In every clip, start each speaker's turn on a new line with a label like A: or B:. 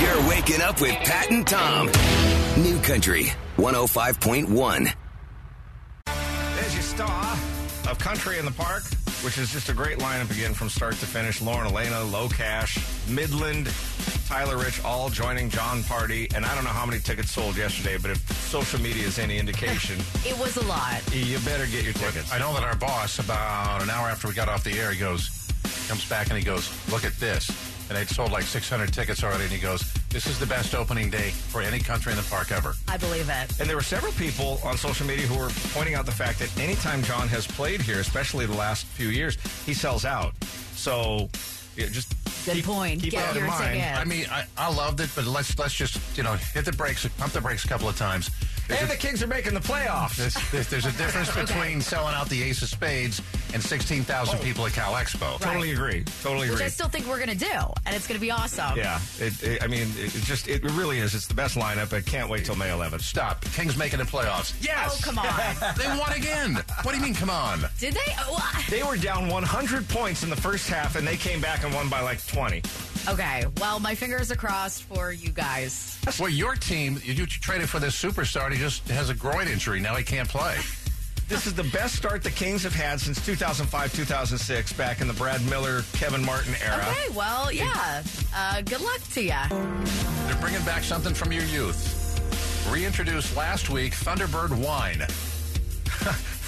A: You're waking up with Pat and Tom. New Country 105.1.
B: There's your star of Country in the Park, which is just a great lineup again from start to finish. Lauren Elena, Low Cash, Midland, Tyler Rich, all joining John Party. And I don't know how many tickets sold yesterday, but if social media is any indication,
C: It was a lot.
B: you better get your tickets.
D: I know that our boss, about an hour after we got off the air, he goes, comes back and he goes, look at this. And they'd sold like 600 tickets already. And he goes, this is the best opening day for any country in the park ever.
C: I believe it.
B: And there were several people on social media who were pointing out the fact that anytime John has played here, especially the last few years, he sells out. So yeah, just
C: Good
B: keep,
C: point.
B: Keep
C: Get
B: that in
C: your
B: mind.
C: ticket.
D: I mean, I, I loved it, but let's let's just you know hit the brakes, pump the brakes a couple of times. There's,
B: And the
D: a,
B: Kings are making the playoffs.
D: there's, there's, there's a difference between selling out the Ace of Spades and 16,000
B: Oh.
D: people at Cal Expo.
C: Right.
B: Totally agree. Totally agree.
C: Which I still think we're going to do, and it's going to be awesome. Oh,
B: Yeah, it, it, I mean, it, it just it really is. It's the best lineup. I can't wait till May 11th.
D: Stop. Kings making the playoffs.
B: Yes.
C: Oh, come on.
D: They won again. What do you mean, come on?
C: Did they? Oh, I-
B: They were down 100 points in the first half, and they came back and won by like 20.
C: okay. Well, my fingers are crossed for you guys.
D: Well, your team, you, you traded for this superstar, and he just has a groin injury. Now he can't play.
B: This is the best start the Kings have had since 2005, 2006, back in the Brad Miller, Kevin Martin era.
C: Okay. Well, yeah. Uh, good luck to ya.
D: They're bringing back something from your youth. Reintroduced last week, Thunderbird wine.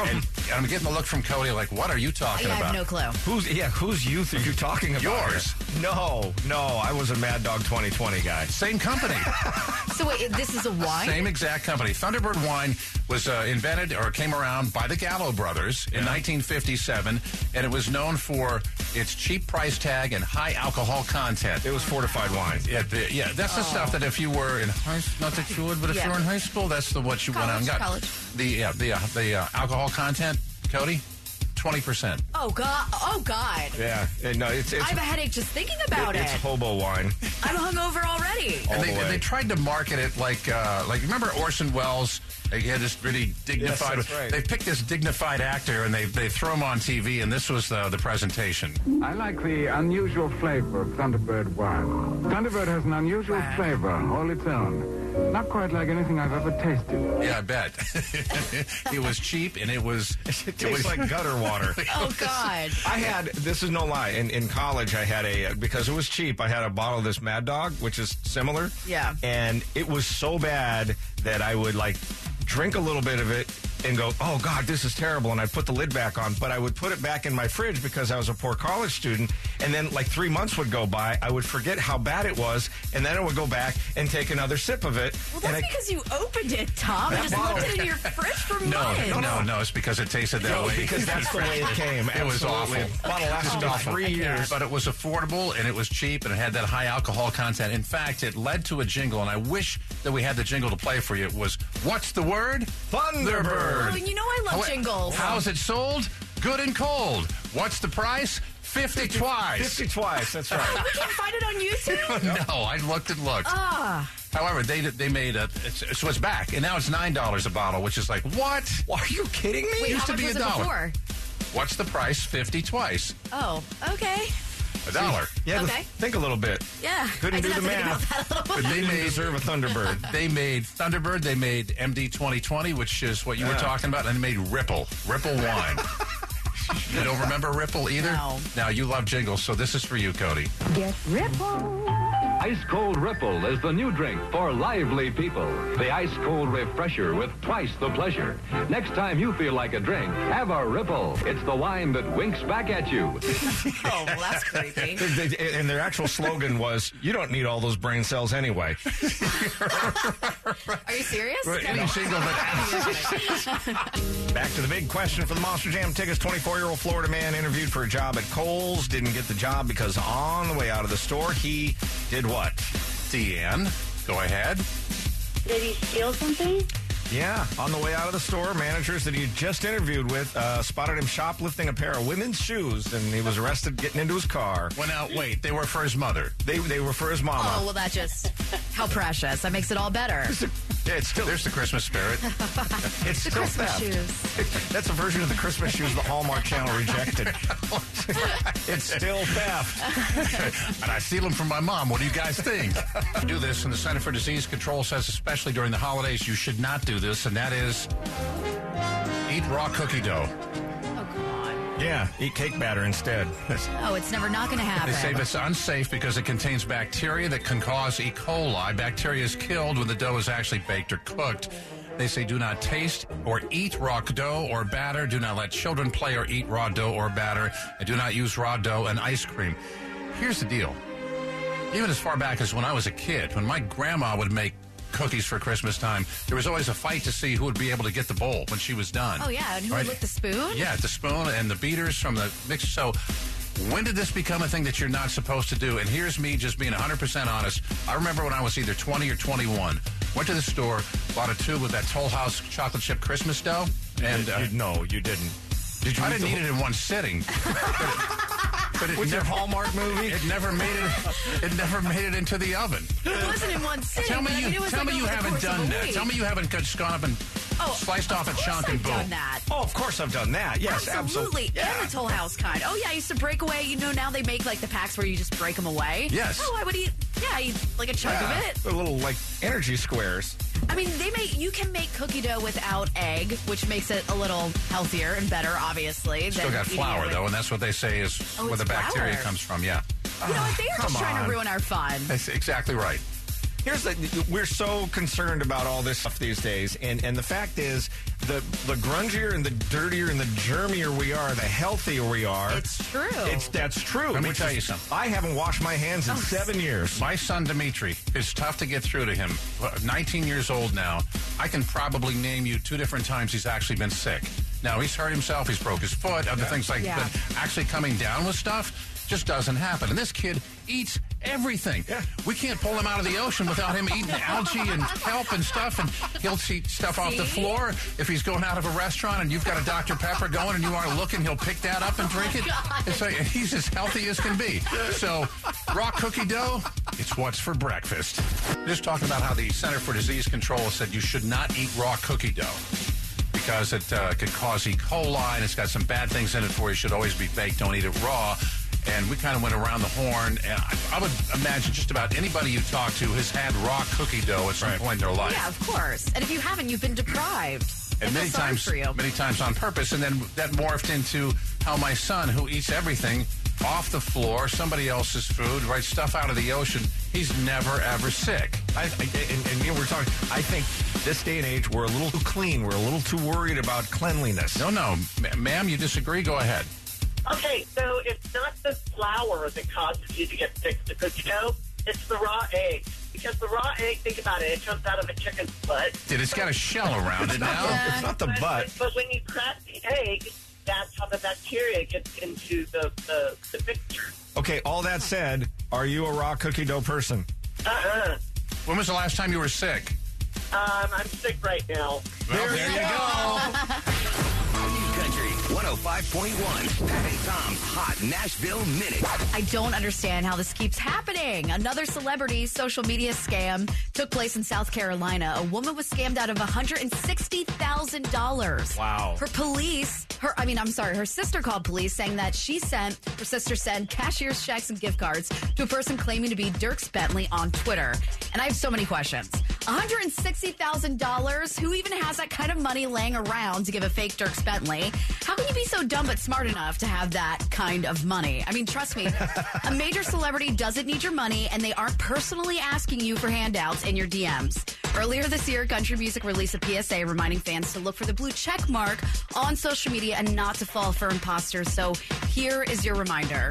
D: and I'm getting the look from Cody like, what are you talking
C: Yeah, I have
D: about?
C: no clue.
B: Whose yeah, whose youth are you talking about?
D: Yours.
B: here? No, no, I was a Mad Dog 2020 guy.
D: Same company,
C: So wait, this is a wine.
D: same exact company. Thunderbird wine was uh, invented or came around by the Gallo brothers in 1957, and it was known for its cheap price tag and high alcohol content.
B: It was fortified wine.
D: Yeah, the, yeah, that's the stuff that if you were in high school, not that you would, but if
C: Yeah.
D: you were in high school, that's the what you went
C: College,
D: on. Got
C: college.
D: the yeah, the uh, the uh, alcohol content, Cody, twenty percent.
C: Oh God. Oh God.
B: Yeah, and no, it's
C: I
B: it's
C: have a headache just thinking about it.
B: it's hobo wine.
C: I'm hungover already.
B: All
D: And
B: the
D: they,
B: way.
D: they tried to market it like uh, like remember Orson Welles? He had this really dignified.
B: that's right.
D: They picked this dignified actor and they they throw him on TV, and this was the the presentation.
E: I like the unusual flavor of Thunderbird wine. Thunderbird has an unusual flavor all its own. Not quite like anything I've ever tasted.
D: Yeah, I bet it was cheap and it was
B: It tastes like gutter water.
C: Oh God.
B: I had this is no lie. In in college, I had a because it was cheap. I had a bottle of this Mad Dog, which is similar.
C: Yeah.
B: and it was so bad that I would like drink a little bit of it and go, "Oh God, this is terrible," and I put the lid back on. But I would put it back in my fridge because I was a poor college student. And then like three months would go by, I would forget how bad it was, and then I would go back and take another sip of it.
C: Well,
B: and
C: that's
B: I-
C: because you opened it, Tom. and just
B: bottle-
C: left it in your fridge for
D: no,
C: months.
D: no, no, no. It's because it tasted that
B: No,
D: way.
B: because that's the way it came.
D: It was
B: Absolutely.
D: awful.
B: Bottle lasted about three years.
D: But it was affordable and it was cheap and it had that high alcohol content. In fact, it led to a jingle, and I wish that we had the jingle to play for you. It was What's the Word?
B: Thunderbird.
C: Oh, you know I love
D: How-
C: jingles.
D: How's it sold? Good and cold. What's the price? 50 twice.
B: Fifty twice. That's right.
C: We can find it on YouTube.
D: No, I looked and looked.
C: Ah.
D: However, they they made a it's- so it's back, and now it's nine dollars a bottle, which is like what?
B: Are you kidding me?
C: Wait,
D: used
C: how
D: to
C: much
D: be
C: was
D: a
C: it
D: dollar.
C: before?
D: What's the price? Fifty twice
C: Oh, okay.
D: a dollar.
B: Yeah,
C: Okay.
B: th- think a little bit.
C: Yeah.
B: Couldn't
C: I
B: do
C: did
B: the
C: have to
B: math.
C: think about that a little
D: But
C: bit.
D: they
B: Didn't
D: made
B: deserve a Thunderbird.
D: They made Thunderbird. They made MD 2020, which is what you
B: Yeah.
D: were talking about, and they made Ripple, Ripple wine. you don't remember Ripple either?
C: No.
D: Now you love jingles, so this is for you, Cody.
F: Get Ripple.
G: Ice Cold Ripple is the new drink for lively people. The ice cold refresher with twice the pleasure. Next time you feel like a drink, have a Ripple. It's the wine that winks back at you.
C: Oh, well, that's creepy.
B: They- they- and their actual slogan was, "You don't need all those brain cells anyway."
C: Are you serious?
D: Any jingle that-
B: Back to the big question for the Monster Jam tickets. 24-year-old Florida man interviewed for a job at Kohl's didn't get the job because on the way out of the store, he did what?
D: Deanne, go ahead.
H: Did he steal something?
B: Yeah, on the way out of the store, managers that he had just interviewed with uh, spotted him shoplifting a pair of women's shoes, and he was arrested getting into his car.
D: Well, now wait, they were for his mother.
B: They they were for his mama.
C: Oh, well, that just, how precious. That makes it all better.
B: Yeah, it's still
D: There's the Christmas spirit.
B: it's still
C: Christmas
B: theft.
C: shoes.
B: That's a version of the Christmas shoes the Hallmark Channel rejected. it's still theft.
D: and I steal them from my mom. What do you guys think? do this, and the Center for Disease Control says, especially during the holidays, you should not do this, and that is eat raw cookie dough.
C: Oh, come on.
B: Yeah, eat cake batter instead.
C: Oh, it's never not going to
D: They
C: happen.
D: say it's unsafe because it contains bacteria that can cause E. coli. Bacteria is killed when the dough is actually baked or cooked. They say do not taste or eat raw dough or batter. Do not let children play or eat raw dough or batter. And do not use raw dough and ice cream. Here's the deal. Even as far back as when I was a kid, when my grandma would make cookies for Christmas time, there was always a fight to see who would be able to get the bowl when she was done.
C: Oh, yeah. And who
D: Right?
C: would lick the spoon?
D: Yeah, the spoon and the beaters from the mixer. So, when did this become a thing that you're not supposed to do? And here's me just being 100% honest. I remember when I was either 20 or 21, went to the store, bought a tube of that Toll House chocolate chip Christmas dough, and uh,
B: You- no, you didn't.
D: did you I
B: eat
D: didn't
B: the-
D: eat it in one sitting. but it,
B: With your
D: never,
B: Hallmark movie?
D: it never made it. It never made it into the oven.
C: It wasn't in one sitting.
D: Tell me
C: but I
D: you.
C: mean, it was
D: tell
C: like
D: me
C: over
D: you
C: the
D: haven't
C: course of
D: done
C: a
D: that.
C: week.
D: Tell me you haven't just gone up and
C: Oh,
D: sliced off a
C: course
D: chunk
C: I've
D: and boom.
C: done that.
B: Oh, of course I've done that. Yes,
C: absolutely.
B: absolutely.
C: And the Toll House kind. Oh yeah, I used to break away. You know now they make like the packs where you just break them away.
D: Yes.
C: Oh, I would eat. Yeah, I eat like a chunk of it.
B: They're little like energy squares.
C: I mean, they make you can make cookie dough without egg, which makes it a little healthier and better, obviously.
D: Still got flour though, and that's what they say is
C: Oh,
D: where
C: it's
D: the bacteria
C: flour.
D: comes from. Yeah,
C: You know
D: ah,
C: what? They are just
B: come
C: trying
B: on.
C: to ruin our fun.
D: that's exactly right.
B: Here's the we're so concerned about all this stuff these days, and and the fact is the the grungier and the dirtier and the germier we are, the healthier we are.
C: It's true.
B: It's that's true.
D: Let me
B: which
D: tell
B: is-
D: you something.
B: I haven't washed my hands in
C: Oh.
B: seven years.
D: My son Dimitri, it's tough to get through to him. 19 years old now. I can probably name you two different times he's actually been sick. Now he's hurt himself. He's broke his foot. Other things like
C: Yeah.
D: that. Actually coming down with stuff just doesn't happen. And this kid eats everything.
B: Yeah.
D: We can't pull him out of the ocean without him eating algae and kelp and stuff. And he'll eat stuff off the
C: See?
D: floor. If he's going out of a restaurant and you've got a Dr Pepper going and you aren't looking, he'll pick that up and drink it. It's like he's as healthy as can be. So, raw cookie dough, it's what's for breakfast. Just talking about how the Center for Disease Control said you should not eat raw cookie dough because it uh, could cause E. coli and it's got some bad things in it for you. It should always be baked, don't eat it raw. And we kind of went around the horn. And I, I would imagine just about anybody you talk to has had raw cookie dough at some point in their life
C: yeah, of course. And if you haven't, you've been deprived. I feel
D: and many
C: sorry
D: times
C: for you.
D: many times on purpose and then that morphed into how my son who eats everything off the floor somebody else's food right stuff out of the ocean he's never ever sick
B: I, I, and, and you know, we're talking. I think this day and age, we're a little too clean. We're a little too worried about cleanliness.
D: no no ma- ma'am you disagree go ahead
F: Okay, so it's not the flour that causes you to get sick with the cookie dough. It's the raw egg. Because the raw egg, think about it, it comes out of a chicken's butt.
D: Dude, it's got a shell around it now
B: it's not the
F: But-
B: butt.
F: But when you crack the egg, that's how the bacteria gets into the, the, the mixture.
B: Okay. All that said, are you a raw cookie dough person?
F: Uh-uh.
D: when was the last time you were sick
F: Um, I'm sick right now.
D: well, there you go
A: New Country 105.1. Pat and Tom's Hot Nashville Minute.
C: I don't understand how this keeps happening. Another celebrity social media scam took place in South Carolina. A woman was scammed out of $160,000.
B: Wow.
C: Her police, her I mean, I'm sorry, her sister called police saying that she sent, her sister sent cashier's checks and gift cards to a person claiming to be Dirks Bentley on Twitter. And I have so many questions. $160,000? Who even has that kind of money laying around to give a fake Dirks Bentley? How can you be so dumb but smart enough to have that kind of money? I mean, trust me, a major celebrity doesn't need your money and they aren't personally asking you for handouts in your DMs. Earlier this year, country music released a PSA reminding fans to look for the blue check mark on social media and not to fall for imposters. So here is your reminder.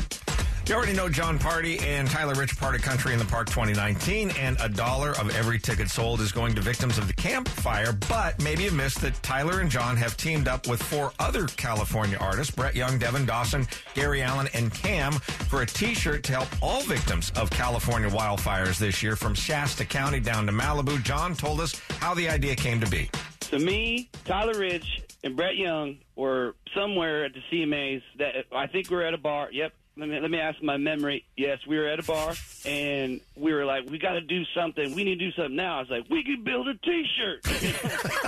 B: You already know John Party and Tyler Rich Party Country in the Park 2019, and a dollar of every ticket sold is going to victims of the campfire. But maybe you missed that Tyler and John have teamed up with four other California artists Brett Young, Devin Dawson, Gary Allen, and Cam for a t shirt to help all victims of California wildfires this year from Shasta County down to Malibu. John told us how the idea came to be.
I: to me, Tyler Ridge and Brett Young were somewhere at the CMAs. That I think we were at a bar. Yep, Let me, let me ask my memory. Yes, we were at a bar and we were like, we got to do something. We need to do something now. I was like, we can build a T-shirt.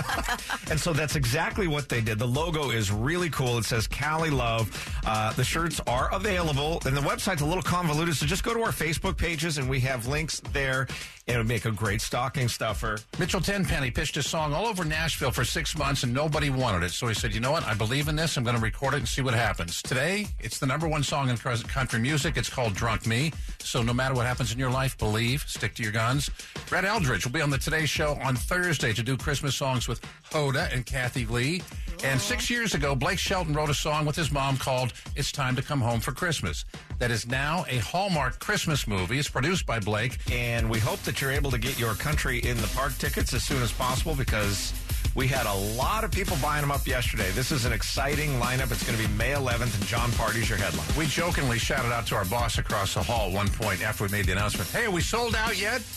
B: And so that's exactly what they did. The logo is really cool. It says Cali Love. Uh, the shirts are available, and the website's a little convoluted. So just go to our Facebook pages, and we have links there. It'll make a great stocking stuffer.
D: Mitchell Tenpenny pitched a song all over Nashville for six months and nobody wanted it. So he said, you know what? I believe in this. I'm going to record it and see what happens. Today, it's the number one song in cres- country music. It's called Drunk Me. So no matter what happens in your life, believe, stick to your guns. Brett Eldridge will be on the Today Show on Thursday to do Christmas songs with Hoda and Kathy Lee. And six years ago, Blake Shelton wrote a song with his mom called It's Time to Come Home for Christmas. That is now a Hallmark Christmas movie. It's produced by Blake
B: And we hope that you're able to get your country in the park tickets as soon as possible because we had a lot of people buying them up yesterday. This is an exciting lineup. It's going to be May 11th, and John Party's your headline.
D: We jokingly shouted out to our boss across the hall at one point after we made the announcement, hey, are we sold out yet?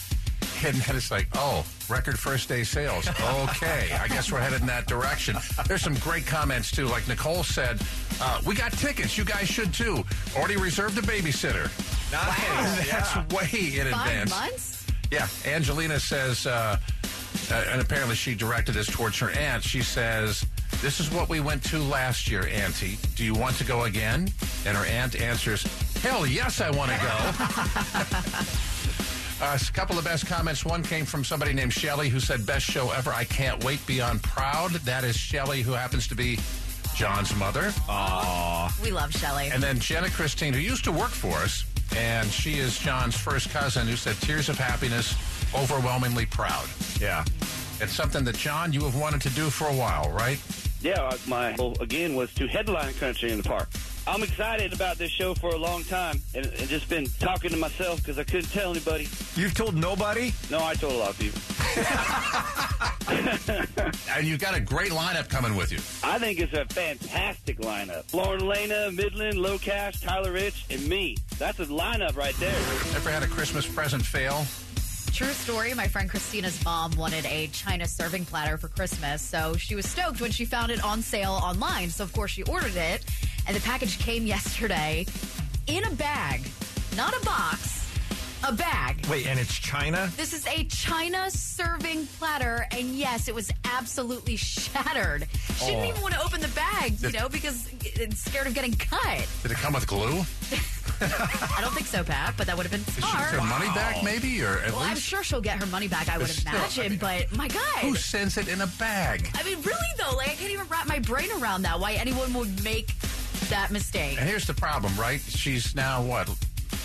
D: And then it's like, oh, record first day sales. Okay, I guess we're headed in that direction. There's some great comments, too. Like Nicole said, uh, we got tickets. You guys should, too. Already reserved a babysitter.
B: Nice.
D: That's way in
C: Five
D: advance.
C: months?
D: Yeah, Angelina says, uh, uh, and apparently she directed this towards her aunt. She says, "This is what we went to last year, Auntie. Do you want to go again?" And her aunt answers, "Hell yes, I want to go." Uh, a couple of best comments. One came from somebody named Shelly who said, "Best show ever. I can't wait beyond proud." That is Shelly, who happens to be John's mother.
C: We love Shelly.
D: And then Jenna Christine, who used to work for us, and she is John's first cousin, who said, Tears of Happiness, overwhelmingly proud.
B: Yeah.
D: It's something that, John, you have wanted to do for a while, right?
I: yeah, my goal again was to headline country in the park. I'm excited about this show for a long time and, and just been talking to myself because I couldn't tell anybody.
B: You've told nobody?
I: No, I told a lot of people.
D: And you've got a great lineup coming with you.
I: I think it's a fantastic lineup. Lauren Lena, Midland, Low Cash, Tyler Rich, and me. That's a lineup right there.
D: Ever had a Christmas present fail?
C: True story. My friend Christina's mom wanted a China serving platter for Christmas, so she was stoked when she found it on sale online. So of course she ordered it, and the package came yesterday in a bag, not a box, a bag.
B: Wait, and it's China?
C: This is a China serving platter, and yes, it was absolutely shattered. She didn't even want to open the bag, you know, because it's scared of getting cut.
D: Did it come with glue?
C: I don't think so, Pat, but that would have been
D: Did she get
C: smart.
D: their money back, maybe? Or at
C: Well, I'm
D: least
C: sure she'll get her money back, I would
D: But still, I
C: imagine,
D: mean-
C: but my God.
D: who sends it in a bag?
C: I mean, really though, like I can't even wrap my brain around that. Why anyone would make that mistake?
D: And here's the problem, right? She's now, what,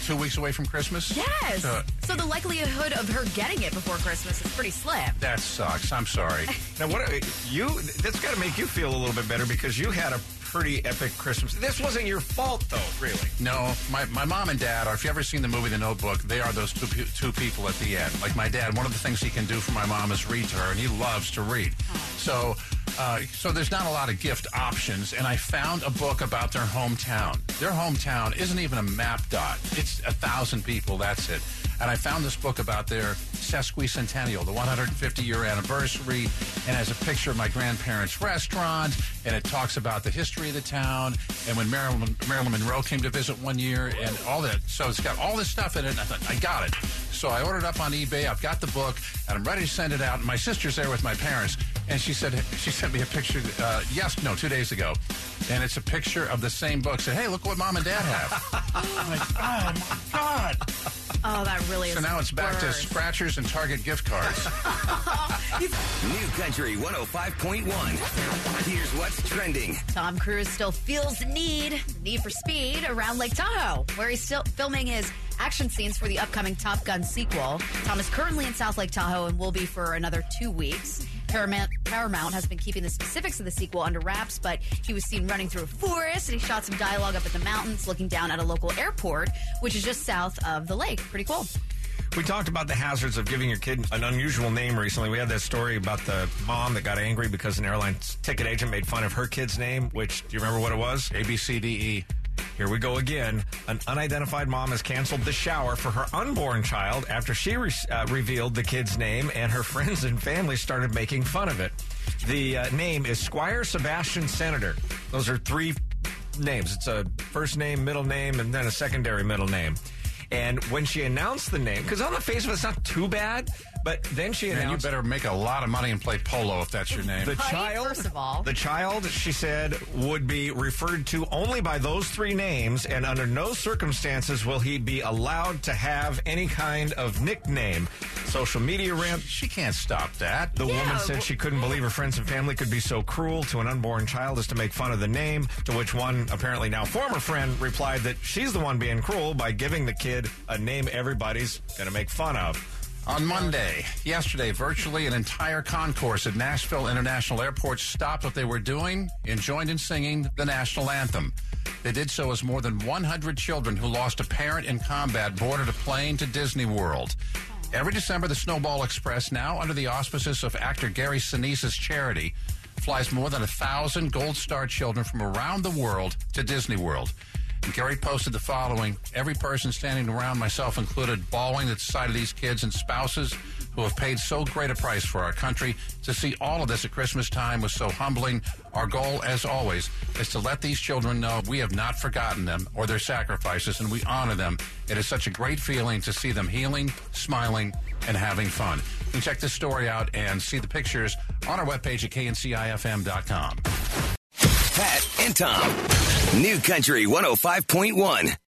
D: two weeks away from Christmas?
C: Yes.
D: Uh,
C: so the likelihood of her getting it before Christmas is pretty slim.
D: that sucks. I'm sorry.
B: Now, what you? That's got to make you feel a little bit better because you had a pretty epic Christmas. This wasn't your fault, though, really.
D: No, my, my mom and dad are. If you ever seen the movie The Notebook, they are those two pe- two people at the end. Like my dad, one of the things he can do for my mom is read to her, and he loves to read. So, uh, so there's not a lot of gift options. And I found a book about their hometown. Their hometown isn't even a map dot. It's a thousand people. That's it. And I found this book about their sesquicentennial, the 150 year anniversary, and has a picture of my grandparents' restaurant, and it talks about the history of the town, and when Marilyn, Marilyn Monroe came to visit one year, and all that. So it's got all this stuff in it, and I thought, I got it. So I ordered up on eBay. I've got the book, and I'm ready to send it out. And my sister's there with my parents, and she said she sent me a picture. Uh, yes, no, two days ago, and it's a picture of the same book. Said, "Hey, look what mom and dad have." I'm like, "Oh my god!"
C: Oh, that really is.
D: So now it's back to
C: worse.
D: scratchers and Target gift cards.
A: New Country 105.1. Here's what's trending.
C: Tom Cruise still feels the need, need for speed around Lake Tahoe, where he's still filming his action scenes for the upcoming Top Gun sequel. Tom is currently in South Lake Tahoe and will be for another two weeks. Paramount, Paramount has been keeping the specifics of the sequel under wraps, but he was seen running through a forest and he shot some dialogue up at the mountains looking down at a local airport, which is just south of the lake. Pretty cool.
B: We talked about the hazards of giving your kid an unusual name recently. We had that story about the mom that got angry because an airline ticket agent made fun of her kid's name, which, do you remember what it was?
D: A B C D E.
B: Here we go again. An unidentified mom has canceled the shower for her unborn child after she re- uh, revealed the kid's name, and her friends and family started making fun of it. The uh, name is Squire Sebastian Senator. Those are three names. It's a first name, middle name, and then a secondary middle name. And when she announced the name, because on the face of it, it's not too bad, but then she
D: Man, you
B: announced
D: better make a lot of money and play polo if that's your name.
B: the
C: Right,
B: child.
C: first of all.
B: the child, she said, would be referred to only by those three names, and under no circumstances will he be allowed to have any kind of nickname. Social media ramp.
D: She can't stop that.
B: The woman
C: w-
B: said she couldn't believe her friends and family could be so cruel to an unborn child as to make fun of the name. To which one, apparently now former friend, replied that she's the one being cruel by giving the kid a name everybody's going to make fun of.
D: On Monday, yesterday, virtually an entire concourse at Nashville International Airport stopped what they were doing and joined in singing the national anthem. They did so as more than 100 children who lost a parent in combat boarded a plane to Disney World. Every December, the Snowball Express, now under the auspices of actor Gary Sinise's charity, flies more than a thousand Gold Star children from around the world to Disney World. And Gary posted the following Every person standing around, myself included, bawling at the sight of these kids and spouses who have paid so great a price for our country. To see all of this at Christmas time was so humbling. Our goal, as always, is to let these children know we have not forgotten them or their sacrifices and we honor them. It is such a great feeling to see them healing, smiling, and having fun. You can check this story out and see the pictures on our webpage at kncifm.com.
A: oh Pat and Tom. New Country 105.1.